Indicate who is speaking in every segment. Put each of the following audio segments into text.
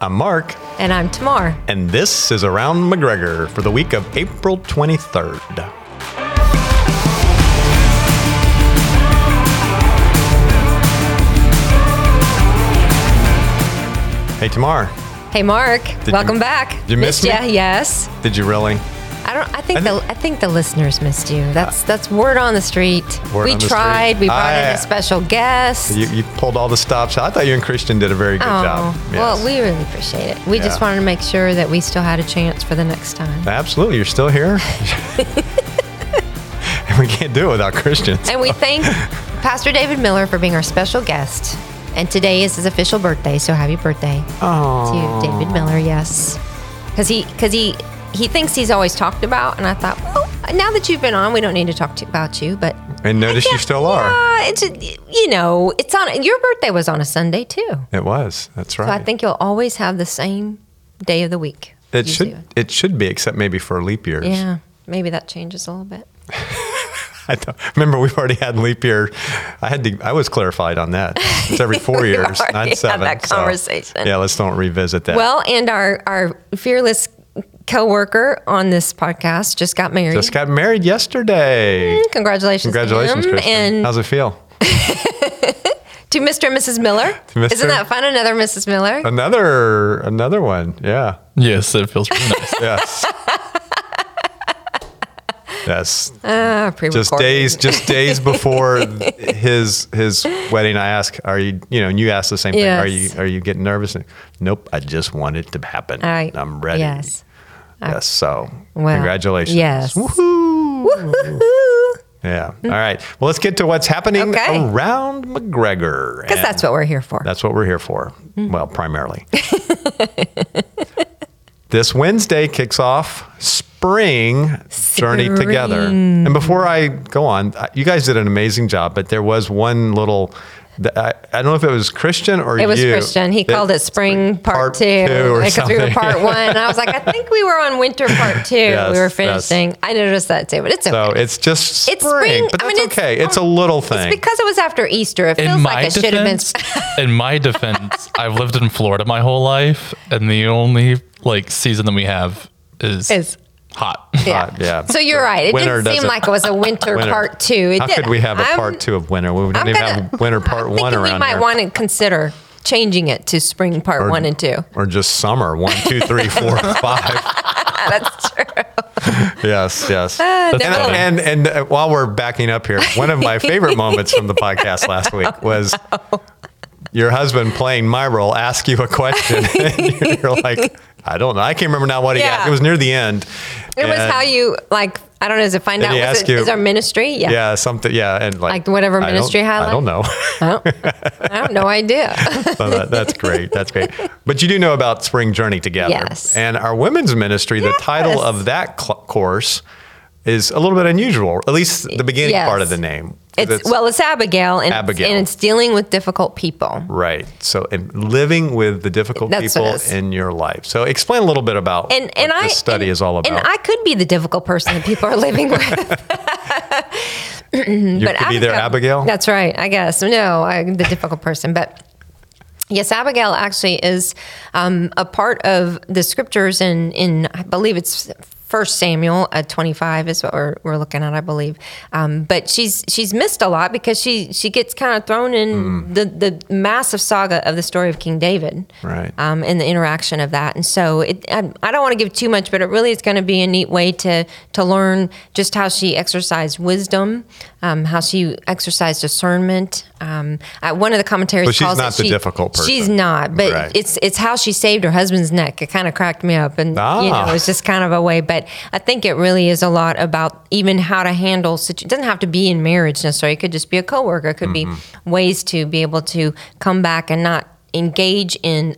Speaker 1: I'm Mark,
Speaker 2: And I'm Tamar.
Speaker 1: and this is Around McGregor for the week of April 23rd. Hey, Tamar,
Speaker 2: Hey, Mark.
Speaker 1: you-
Speaker 2: welcome back.
Speaker 1: did you miss
Speaker 2: missed
Speaker 1: me?
Speaker 2: ya, Yes.
Speaker 1: did you really?
Speaker 2: I don't. I think
Speaker 1: I Uh,
Speaker 2: the I think the listeners missed you. That's that's word on the street.
Speaker 1: Word
Speaker 2: we
Speaker 1: on the
Speaker 2: tried.
Speaker 1: street.
Speaker 2: We brought
Speaker 1: I-
Speaker 2: in a special guest.
Speaker 1: You, you pulled all the stops. I thought you and Christian did a very good
Speaker 2: oh,
Speaker 1: job.
Speaker 2: well,
Speaker 1: Yes.
Speaker 2: we really appreciate it. We just
Speaker 1: Yeah.
Speaker 2: wanted to make sure that we still had a chance for the next time.
Speaker 1: Absolutely, you're still here. and we can't do it without Christians.
Speaker 2: And we thank Pastor David Miller for being our special guest. And today is his official birthday, so happy birthday
Speaker 1: Aw.
Speaker 2: to David Miller. Yes, because he because he he thinks he's always talked about, and I thought, well, now that you've been on, we don't need to talk to, about you. But
Speaker 1: And notice you
Speaker 2: Yeah,
Speaker 1: still are.
Speaker 2: Yeah, it's you know, it's on. Your birthday was on a Sunday too, so
Speaker 1: It was. That's right.
Speaker 2: I think you'll always have the same day of the week.
Speaker 1: it
Speaker 2: You
Speaker 1: should
Speaker 2: do.
Speaker 1: it should be, except maybe for leap years.
Speaker 2: Yeah, maybe that changes a little bit.
Speaker 1: I don't, remember, we've already had leap year. I had to. I was clarified on that. It's every four
Speaker 2: We
Speaker 1: years,
Speaker 2: already
Speaker 1: not
Speaker 2: had
Speaker 1: seven.
Speaker 2: that
Speaker 1: so,
Speaker 2: conversation.
Speaker 1: yeah, let's don't revisit that.
Speaker 2: Well, and our our fearless coworker on this podcast just got married.
Speaker 1: just got married yesterday.
Speaker 2: Congratulations, to
Speaker 1: Congratulations,
Speaker 2: him
Speaker 1: Christian.
Speaker 2: and
Speaker 1: How's it feel?
Speaker 2: to Mr. and Mrs. Miller.
Speaker 1: Mr.
Speaker 2: Isn't that fun? Another Mrs. Miller.
Speaker 1: Another another one. Yeah.
Speaker 3: Yes, it feels pretty nice.
Speaker 1: Yes. yes.
Speaker 2: Ah,
Speaker 1: just
Speaker 2: pre-recorded.
Speaker 1: days just days before his his wedding i ask are you you know and you ask the same thing are you
Speaker 2: Yes.
Speaker 1: are you getting nervous And, nope i just want it to happen
Speaker 2: I-
Speaker 1: i'm ready
Speaker 2: Yes.
Speaker 1: Yes, so
Speaker 2: Well,
Speaker 1: congratulations
Speaker 2: yes.
Speaker 1: Woohoo.
Speaker 2: Woohoo! Mm.
Speaker 1: yeah all right well let's get to what's happening
Speaker 2: Okay.
Speaker 1: around mcgregor
Speaker 2: Because that's what Mm. we're here for.
Speaker 1: that's what we're here for. Well, primarily. this Wednesday kicks off spring, journey together. And before I go on, I- you guys did an amazing job, but there was one little. th- I, I don't know if it was Christian or
Speaker 2: It was
Speaker 1: you.
Speaker 2: Christian. He
Speaker 1: that-
Speaker 2: called it spring part,
Speaker 1: part
Speaker 2: two
Speaker 1: two or
Speaker 2: because we were
Speaker 1: something.
Speaker 2: part one. And I was like, I think we were on winter part two.
Speaker 1: Yes,
Speaker 2: we were
Speaker 1: yes.
Speaker 2: finishing. I noticed that too, but it's okay.
Speaker 1: So it's just spring,
Speaker 2: It's spring.
Speaker 1: but
Speaker 2: I
Speaker 1: that's
Speaker 2: mean, it's- um,
Speaker 1: okay. It's a little
Speaker 2: it's
Speaker 1: thing.
Speaker 2: because it was after Easter. It feels
Speaker 3: In my
Speaker 2: like it should have been.
Speaker 3: defense, in my defense, I've lived in Florida my whole life, and the only like season that we have is
Speaker 2: Is-
Speaker 3: hot.
Speaker 2: Yeah.
Speaker 1: Hot, Uh, yeah.
Speaker 2: So you're right. It
Speaker 1: Winter
Speaker 2: didn't seem
Speaker 1: doesn't-
Speaker 2: like it was a winter,
Speaker 1: Winter.
Speaker 2: part two. It
Speaker 1: How
Speaker 2: did.
Speaker 1: could we have a
Speaker 2: I'm-
Speaker 1: part two of winter? We don't
Speaker 2: I'm
Speaker 1: even
Speaker 2: gonna-
Speaker 1: have winter part
Speaker 2: I'm
Speaker 1: one
Speaker 2: thinking
Speaker 1: around
Speaker 2: We might
Speaker 1: here.
Speaker 2: want to consider changing it to spring part one and two.
Speaker 1: Or just summer. One, two, three, four, five.
Speaker 2: That's true. Ah,
Speaker 1: Yes, yes.
Speaker 2: That's
Speaker 1: and,
Speaker 3: funny.
Speaker 1: and and uh, while we're backing up here, one of my favorite moments from the podcast last week was your husband playing my role, ask you a question, and you're like, I don't know, I can't remember now what he
Speaker 2: Yeah.
Speaker 1: asked. It was near the end.
Speaker 2: It was
Speaker 1: And-
Speaker 2: how you like. I don't know. Is it find
Speaker 1: And
Speaker 2: out?
Speaker 1: he
Speaker 2: Was
Speaker 1: asked
Speaker 2: it,
Speaker 1: you-
Speaker 2: is our ministry? Yeah.
Speaker 1: Yeah, something. Yeah, and like,
Speaker 2: Like whatever
Speaker 1: I don't-
Speaker 2: ministry highlight?
Speaker 1: I don't know.
Speaker 2: I, don't, I have no idea.
Speaker 1: So that- that's great. That's great. But you do know about Spring Journey Together.
Speaker 2: Yes.
Speaker 1: And our women's ministry, the title
Speaker 2: Yes.
Speaker 1: of that cl- course is a little bit unusual, at least the beginning
Speaker 2: Yes.
Speaker 1: part of the name. 'Cause
Speaker 2: It's, well, it's Abigail, and,
Speaker 1: Abigail.
Speaker 2: and it's dealing with difficult people.
Speaker 1: Right. So and living with the difficult
Speaker 2: That's what
Speaker 1: people
Speaker 2: it is.
Speaker 1: in your life. So explain a little bit about
Speaker 2: And and
Speaker 1: what
Speaker 2: I
Speaker 1: this study
Speaker 2: and-
Speaker 1: is all about.
Speaker 2: And I could be the difficult person that people are living with.
Speaker 1: you could be there, Abigail.
Speaker 2: That's right. I guess no, I'm the difficult person, but. Yes, Abigail actually is um, a part of the scriptures in, in I believe it's First Samuel uh, 25 is what we're, we're looking at, I believe. Um, but she's she's missed a lot because she she gets kind of thrown in the, the massive saga of the story of King David,
Speaker 1: Right.
Speaker 2: Um, and the interaction of that, and so it, I, I don't want to give too much, but it really is going to be a neat way to to learn just how she exercised wisdom, um, how she exercised discernment. Um, uh, one of the commentaries
Speaker 1: But she's
Speaker 2: calls
Speaker 1: not
Speaker 2: it-
Speaker 1: the difficult person.
Speaker 2: She's not, but
Speaker 1: Right.
Speaker 2: it's it's how she saved her husband's neck. It kind of cracked me up, and you
Speaker 1: Ah.
Speaker 2: know, it was just kind of a way. But I think it really is a lot about even how to handle. Situ- it doesn't have to be in marriage necessarily. It could just be a coworker. It could
Speaker 1: Mm-hmm.
Speaker 2: be ways to be able to come back and not engage in,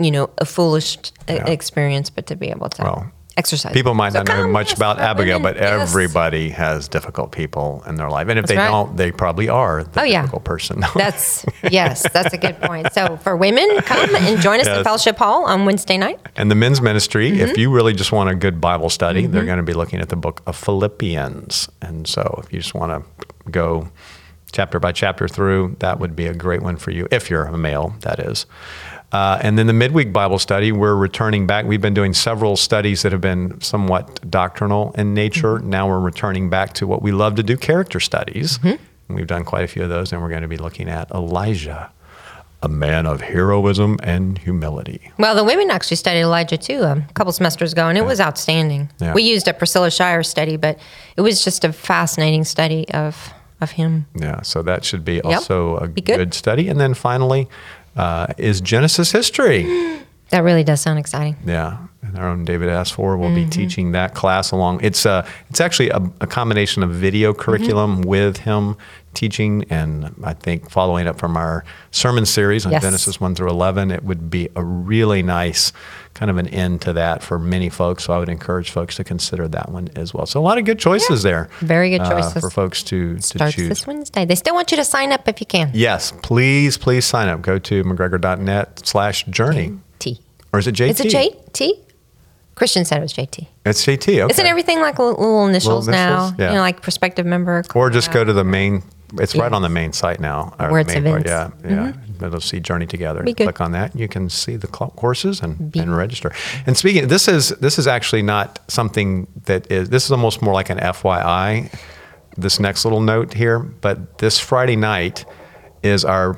Speaker 2: you know, a foolish uh experience, but to be able to
Speaker 1: Well,
Speaker 2: exercise.
Speaker 1: People might
Speaker 2: So
Speaker 1: not know
Speaker 2: come,
Speaker 1: much
Speaker 2: yes,
Speaker 1: about
Speaker 2: about
Speaker 1: Abigail,
Speaker 2: women,
Speaker 1: but
Speaker 2: yes.
Speaker 1: everybody has difficult people in their life. And if they
Speaker 2: right.
Speaker 1: don't, they probably are the
Speaker 2: Oh, yeah.
Speaker 1: difficult person.
Speaker 2: That's yes, that's a good point. So for women, come and join us
Speaker 1: Yes.
Speaker 2: in Fellowship Hall on Wednesday night.
Speaker 1: and the men's ministry, if you really just want a good Bible study, they're going to be looking at the book of Philippians. And so if you just want to go chapter by chapter through, that would be a great one for you, if you're a male, that is. Uh, and then the midweek Bible study, we're returning back. We've been doing several studies that have been somewhat doctrinal in nature. Now we're returning back to what we love to do character studies. And we've done quite a few of those, and we're going to be looking at Elijah, a man of heroism and humility.
Speaker 2: Well, the women actually studied Elijah too um, a couple semesters ago, and it was outstanding.
Speaker 1: Yeah.
Speaker 2: We used a Priscilla Shire study, but it was just a fascinating study of of him.
Speaker 1: Yeah, so that should be also a
Speaker 2: good.
Speaker 1: good study. And then finally, uh, is Genesis history.
Speaker 2: That really does sound exciting.
Speaker 1: Yeah, and our own David S. Four will
Speaker 2: Mm-hmm.
Speaker 1: be teaching that class along. It's a, it's actually a, a combination of
Speaker 2: Mm-hmm.
Speaker 1: video curriculum with him teaching, and I think following up from our sermon series on
Speaker 2: Yes.
Speaker 1: Genesis one through eleven, it would be a really nice kind of an end to that for many folks. So I would encourage folks to consider that one as well. So a lot of good choices there.
Speaker 2: Very good
Speaker 1: uh,
Speaker 2: choices.
Speaker 1: for folks to to
Speaker 2: Starts
Speaker 1: choose.
Speaker 2: this Wednesday. They still want you to sign up if you can.
Speaker 1: Yes, please, please sign up. Go to mcgregor.net slash journey.
Speaker 2: T.
Speaker 1: Or is it JT?
Speaker 2: Is it JT? Christian said it was JT.
Speaker 1: It's JT. Okay.
Speaker 2: Isn't everything like li- little, initials
Speaker 1: initials?
Speaker 2: now?
Speaker 1: Yeah.
Speaker 2: You know, like prospective member.
Speaker 1: Or just go to the main. It's right
Speaker 2: Yeah.
Speaker 1: on the main site now. or the
Speaker 2: Where it's
Speaker 1: main part,
Speaker 2: events. Mm-hmm.
Speaker 1: Yeah, yeah. It'll see Journey Together.
Speaker 2: Be good.
Speaker 1: Click on that. You can see the cl- courses and, and register. And speaking, this is this is actually not something that is. This is almost more like an FYI. This next little note here, but this Friday night is our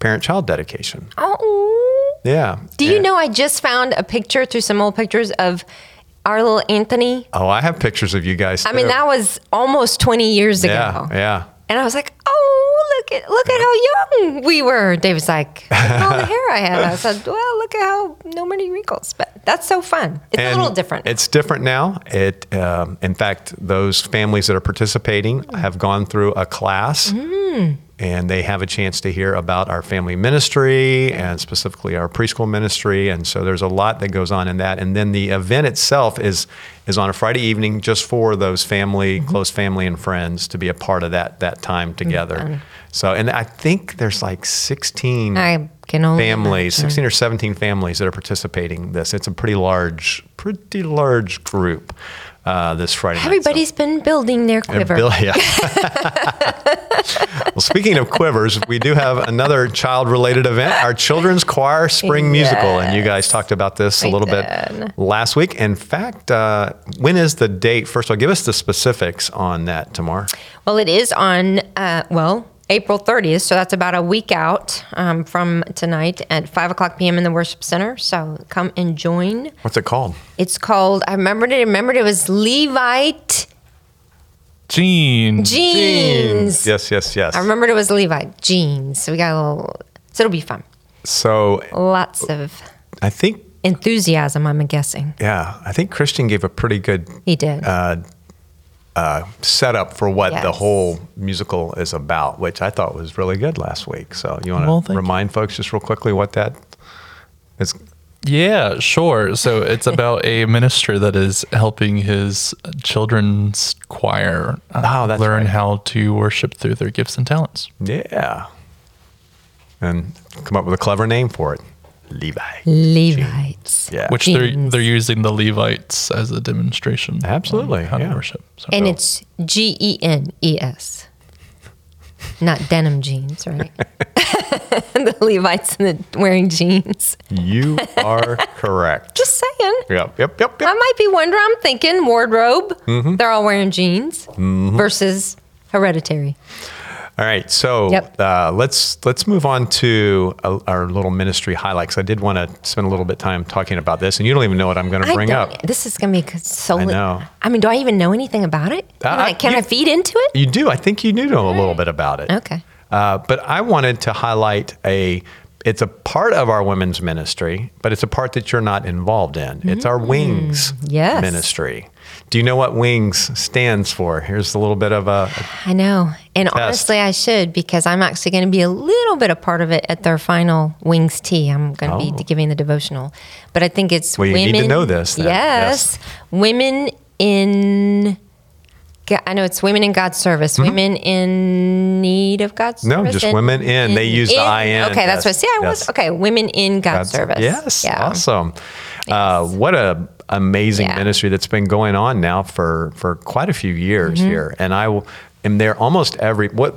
Speaker 1: parent-child dedication.
Speaker 2: Oh.
Speaker 1: Yeah.
Speaker 2: Do you
Speaker 1: And-
Speaker 2: know I just found a picture through some old pictures of our little Anthony?
Speaker 1: Oh, I have pictures of you guys.
Speaker 2: I mean, that was almost 20 years ago.
Speaker 1: Yeah, yeah.
Speaker 2: And I was like, oh, look at look at how young we were. David's like, look at all the hair I had. I said, well, look at how no many wrinkles. But that's so fun. It's a
Speaker 1: And
Speaker 2: little different.
Speaker 1: It's different now. It, um, in fact, those families that are participating have gone through a class,
Speaker 2: Mm.
Speaker 1: and they have a chance to hear about our family ministry and specifically our preschool ministry. And so there's a lot that goes on in that. And then the event itself is is on a Friday evening, just for those family,
Speaker 2: Mm-hmm.
Speaker 1: close family and friends to be a part of that that time together. So, and I think there's like 16
Speaker 2: I can only
Speaker 1: families, 16 or 17 families that are participating in this. It's a pretty large, pretty large group uh, this Friday night. So-
Speaker 2: Everybody's been building their quiver.
Speaker 1: Bill- yeah. well, speaking of quivers, we do have another child related event, our children's choir spring musical. And you guys talked about this a
Speaker 2: We
Speaker 1: little
Speaker 2: did.
Speaker 1: bit last week. In fact, uh, when is the date? First of all, give us the specifics on that, Tamar.
Speaker 2: Well, it is on, uh, well, April 30th, so that's about a week out um, from tonight at 5 o'clock p.m. in the Worship Center. So come and join.
Speaker 1: What's it called?
Speaker 2: It's called, I remembered it, I remembered it was Levite
Speaker 3: Gene.
Speaker 2: Jeans.
Speaker 1: Yes, yes, yes.
Speaker 2: I remembered it was Levite Jeans. So we got a little, so it'll be fun.
Speaker 1: so
Speaker 2: Lots of
Speaker 1: I think,
Speaker 2: enthusiasm, I'm guessing.
Speaker 1: yeah, I think Christian gave a pretty good
Speaker 2: He did.
Speaker 1: uh, uh, setup for what the
Speaker 2: Yes.
Speaker 1: whole musical is about, which I thought was really good last week. So you want
Speaker 3: Well,
Speaker 1: to
Speaker 3: thank you.
Speaker 1: remind folks just real quickly what that is.
Speaker 3: Yeah, sure. So it's about a minister that is helping his children's choir uh,
Speaker 1: Oh, that's
Speaker 3: learn
Speaker 1: right.
Speaker 3: how to worship through their gifts and talents.
Speaker 1: Yeah, and come up with a clever name for it, Levi.
Speaker 2: Levites.
Speaker 1: Yeah,
Speaker 3: Which they're
Speaker 2: Jeans.
Speaker 3: they're using the Levites as a demonstration. on
Speaker 1: Absolutely,
Speaker 3: how
Speaker 1: yeah.
Speaker 3: to worship. So.
Speaker 1: Oh.
Speaker 2: And it's G E N E S. Not denim jeans, right? the Levites and the wearing jeans.
Speaker 1: you are correct.
Speaker 2: Just saying.
Speaker 1: Yep, yep, yep,
Speaker 2: I
Speaker 1: yep.
Speaker 2: might be wondering. I'm thinking wardrobe.
Speaker 1: Mm-hmm.
Speaker 2: They're all wearing jeans versus hereditary.
Speaker 1: All right, so
Speaker 2: Yep.
Speaker 1: uh, let's let's move on to uh our little ministry highlights. I did want to spend a little bit of time talking about this, and you don't even know what I'm going to bring
Speaker 2: I
Speaker 1: up.
Speaker 2: don't- This is gonna be c- so.
Speaker 1: I
Speaker 2: li-
Speaker 1: know. Uh,
Speaker 2: I mean, do I even know anything about it? Can,
Speaker 1: I-
Speaker 2: I, can I
Speaker 1: you-
Speaker 2: feed into it?
Speaker 1: You do. I think you do know a
Speaker 2: Mm.
Speaker 1: little bit about it.
Speaker 2: Okay.
Speaker 1: Uh, but I wanted to highlight a. It's a part of our women's ministry, but it's a part that you're not involved in. It's our wings
Speaker 2: yes.
Speaker 1: ministry. Do you know what wings stands for? Here's a little bit of a.
Speaker 2: I know. And honestly, I should because I'm actually going to be a little bit a part of it at their final Wings Tea. I'm going to
Speaker 1: Oh.
Speaker 2: be giving the devotional. But I think it's
Speaker 1: Well, you need
Speaker 2: women.
Speaker 1: to know this then. Yes.
Speaker 2: Yes, Women in. Go- I know it's women in God's service. Women in need of God's
Speaker 1: Mm-hmm. No,
Speaker 2: service.
Speaker 1: just
Speaker 2: and-
Speaker 1: women in. They use the I N.
Speaker 2: Okay, that's what I
Speaker 1: Yes,
Speaker 2: see. I
Speaker 1: yes.
Speaker 2: was okay. Women in God's, service.
Speaker 1: Yes. Awesome. Uh, what a amazing
Speaker 2: Yeah.
Speaker 1: ministry that's been going on now for for quite a few years
Speaker 2: Mm-hmm.
Speaker 1: here, and I will,
Speaker 2: Mm-hmm.
Speaker 1: am there almost every what.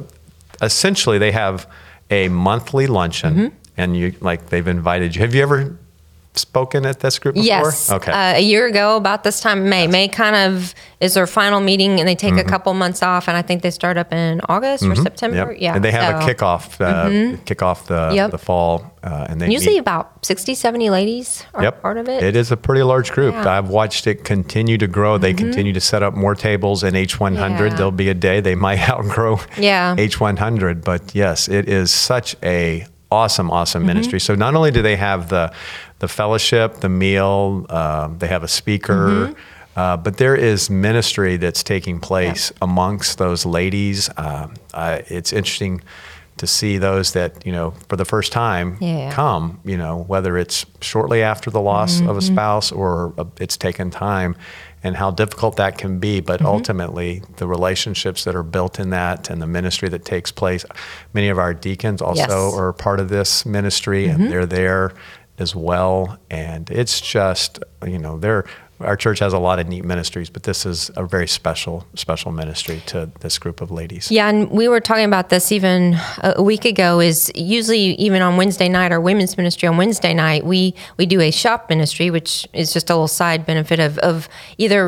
Speaker 1: Essentially, they have a monthly luncheon and you like they've invited you. Have you ever spoken at this group before?
Speaker 2: Yes.
Speaker 1: Okay.
Speaker 2: Uh, a year ago, about this time, May. May kind of is their final meeting, and they take
Speaker 1: Mm-hmm.
Speaker 2: a couple months off, and I think they start up in August or September.
Speaker 1: Yep.
Speaker 2: Yeah.
Speaker 1: And they have
Speaker 2: so- Mm-hmm.
Speaker 1: a kickoff, uh, kickoff the
Speaker 2: Yep.
Speaker 1: the fall, uh, and they
Speaker 2: Usually
Speaker 1: meet-
Speaker 2: about 60, 70 ladies are
Speaker 1: Yep.
Speaker 2: part of it.
Speaker 1: It is a pretty large group.
Speaker 2: Yeah. Mm-hmm.
Speaker 1: I've watched it continue to grow. They continue to set up more tables in H100.
Speaker 2: Yeah.
Speaker 1: There'll be a day they might outgrow
Speaker 2: Yeah.
Speaker 1: H100. But yes, it is such a awesome, awesome
Speaker 2: Mm-hmm.
Speaker 1: ministry. So not only do they have the the fellowship, the meal, um, they have a speaker.
Speaker 2: Mm-hmm.
Speaker 1: Uh, but there is ministry that's taking place amongst those ladies. Um, uh, it's interesting to see those that you know for the first time
Speaker 2: Yeah.
Speaker 1: come, you know, whether it's shortly after the loss of a
Speaker 2: Mm-hmm.
Speaker 1: spouse or uh, it's taken time and how difficult that can be. But
Speaker 2: Mm-hmm.
Speaker 1: ultimately, the relationships that are built in that and the ministry that takes place. Many of our deacons also
Speaker 2: Yes. Mm-hmm.
Speaker 1: are part of this ministry and they're there as well. And it's just, you know, they're. Our church has a lot of neat ministries, but this is a very special, special ministry to this group of ladies.
Speaker 2: Yeah, and we were talking about this even a a week ago. Is usually even on Wednesday night, our women's ministry on Wednesday night, we we do a shop ministry, which is just a little side benefit of of either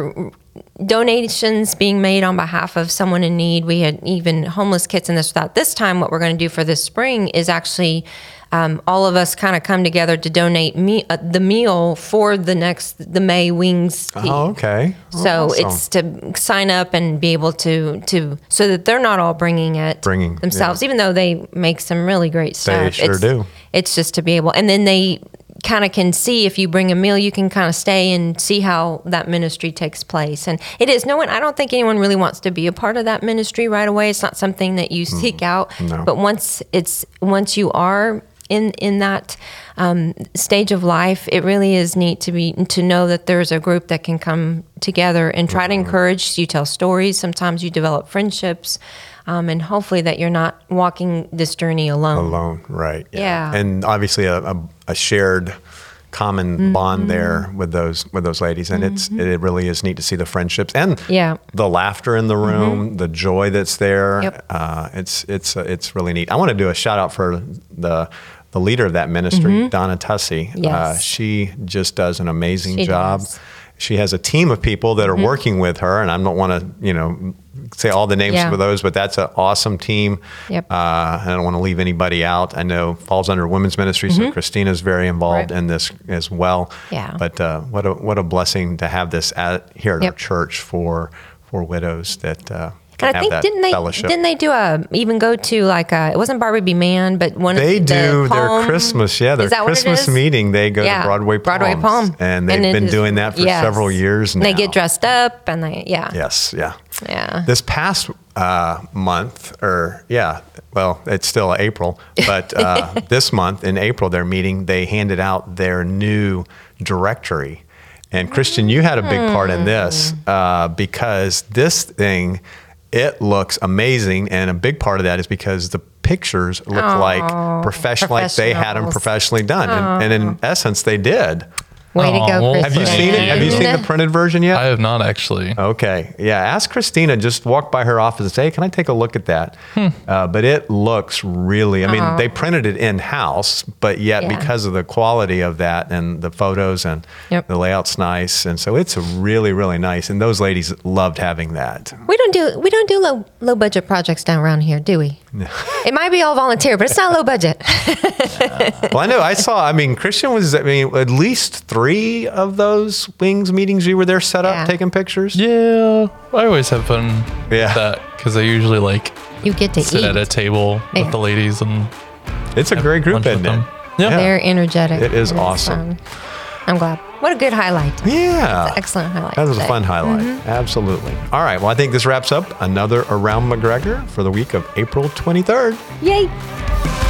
Speaker 2: donations being made on behalf of someone in need. We had even homeless kits and this or that. This time, what we're going to do for this spring is actually. Um, all of us kind of come together to donate me, uh, the meal for the next the May Wings team.
Speaker 1: Oh, okay.
Speaker 2: So
Speaker 1: Awesome.
Speaker 2: it's to sign up and be able to to so that they're not all bringing it
Speaker 1: Bringing,
Speaker 2: themselves, even though they make some really great stuff.
Speaker 1: sure
Speaker 2: it's,
Speaker 1: do.
Speaker 2: It's just to be able, and then they kind of can see if you bring a meal, you can kind of stay and see how that ministry takes place. And it is no one. I don't think anyone really wants to be a part of that ministry right away. It's not something that you seek out.
Speaker 1: Mm, No.
Speaker 2: But once it's once you are. In, in that um, stage of life, it really is neat to be to know that there's a group that can come together and try to
Speaker 1: Mm-hmm.
Speaker 2: encourage. You tell stories. Sometimes you develop friendships, um, and hopefully that you're not walking this journey alone.
Speaker 1: alone, right?
Speaker 2: Yeah.
Speaker 1: and obviously a, a, a shared common
Speaker 2: Mm-hmm.
Speaker 1: bond there with those with those ladies, and it's it really is neat to see the friendships and
Speaker 2: Yeah. Mm-hmm.
Speaker 1: the laughter in the room, the joy that's there.
Speaker 2: Yep.
Speaker 1: Uh, it's it's uh, it's really neat. I want to do a shout out for the. The leader of that ministry, Donna Tussey, uh,
Speaker 2: Mm-hmm. Yes.
Speaker 1: she just does an amazing
Speaker 2: She
Speaker 1: job.
Speaker 2: does. Mm-hmm.
Speaker 1: She has a team of people that are working with her, and I don't want to, you know, say all the names
Speaker 2: Yeah.
Speaker 1: for those, but that's an awesome team.
Speaker 2: Yep.
Speaker 1: Uh, uh, I don't want to leave anybody out. I know falls under women's ministry, so Christina's very involved
Speaker 2: Mm-hmm.
Speaker 1: in
Speaker 2: Right.
Speaker 1: this as well.
Speaker 2: Yeah.
Speaker 1: But uh, what a what a blessing to have this at, here at our
Speaker 2: Yep.
Speaker 1: church for for widows that uh, can
Speaker 2: And I
Speaker 1: have
Speaker 2: think
Speaker 1: that
Speaker 2: didn't they
Speaker 1: fellowship.
Speaker 2: didn't they do a even go to like a it wasn't Barbie B Man but one of
Speaker 1: They
Speaker 2: the
Speaker 1: do their
Speaker 2: poem-
Speaker 1: Christmas, yeah, their
Speaker 2: Is that what it
Speaker 1: Christmas
Speaker 2: is?
Speaker 1: meeting. They go
Speaker 2: Yeah,
Speaker 1: to Broadway Palms,
Speaker 2: Broadway Palm
Speaker 1: and they've
Speaker 2: it
Speaker 1: been
Speaker 2: is-
Speaker 1: doing that for
Speaker 2: yes.
Speaker 1: several years now.
Speaker 2: And They get dressed up and they yeah
Speaker 1: Yes, yeah.
Speaker 2: yeah
Speaker 1: This past uh, month, or yeah, well, it's still April, but uh, this month in April, their meeting, they handed out their new directory. And Christian, you had a big part in this
Speaker 2: Mm.
Speaker 1: uh, because this thing, it looks amazing. And a big part of that is because the pictures look like professional, like they had them
Speaker 2: professionals.
Speaker 1: professionally done. And, and in essence, they did.
Speaker 2: way to
Speaker 3: Aw,
Speaker 2: go
Speaker 3: well,
Speaker 1: Have you
Speaker 2: Kristen.
Speaker 1: seen it? Have you seen the printed version yet?
Speaker 3: I have not actually.
Speaker 1: Okay. Yeah. Ask Christina. Just walk by her office and say, hey, "Can I take a look at that?"
Speaker 2: Hmm.
Speaker 1: Uh, but it looks really. I mean, they printed it in house, but yet
Speaker 2: Uh-huh. Yeah.
Speaker 1: because of the quality of that and the photos and
Speaker 2: Yep.
Speaker 1: the layout's nice, and so it's really, really nice. And those ladies loved having that.
Speaker 2: We don't do we don't do low low budget projects down around here, do we? It might be all volunteer, but it's not low budget.
Speaker 1: well, I know. I saw. I mean, Christian was. I mean, at least three of those wings meetings you were there set up
Speaker 2: Yeah.
Speaker 1: taking pictures.
Speaker 3: Yeah, I always have fun
Speaker 1: Yeah.
Speaker 3: with that because I usually like
Speaker 2: You get to
Speaker 1: uh,
Speaker 3: sit
Speaker 2: eat.
Speaker 3: at a table
Speaker 2: Yeah.
Speaker 3: with the ladies and
Speaker 1: It's a great group,
Speaker 3: lunch with
Speaker 1: isn't it?
Speaker 3: them. Yeah.
Speaker 2: They're energetic.
Speaker 1: It is
Speaker 2: and it's
Speaker 1: awesome.
Speaker 2: fun. I'm glad. What a good highlight.
Speaker 1: Yeah.
Speaker 2: Excellent highlight.
Speaker 1: That was a
Speaker 2: today.
Speaker 1: fun highlight. Absolutely. All right. Well, I think this wraps up another Around McGregor for the week of April 23rd.
Speaker 2: Yay.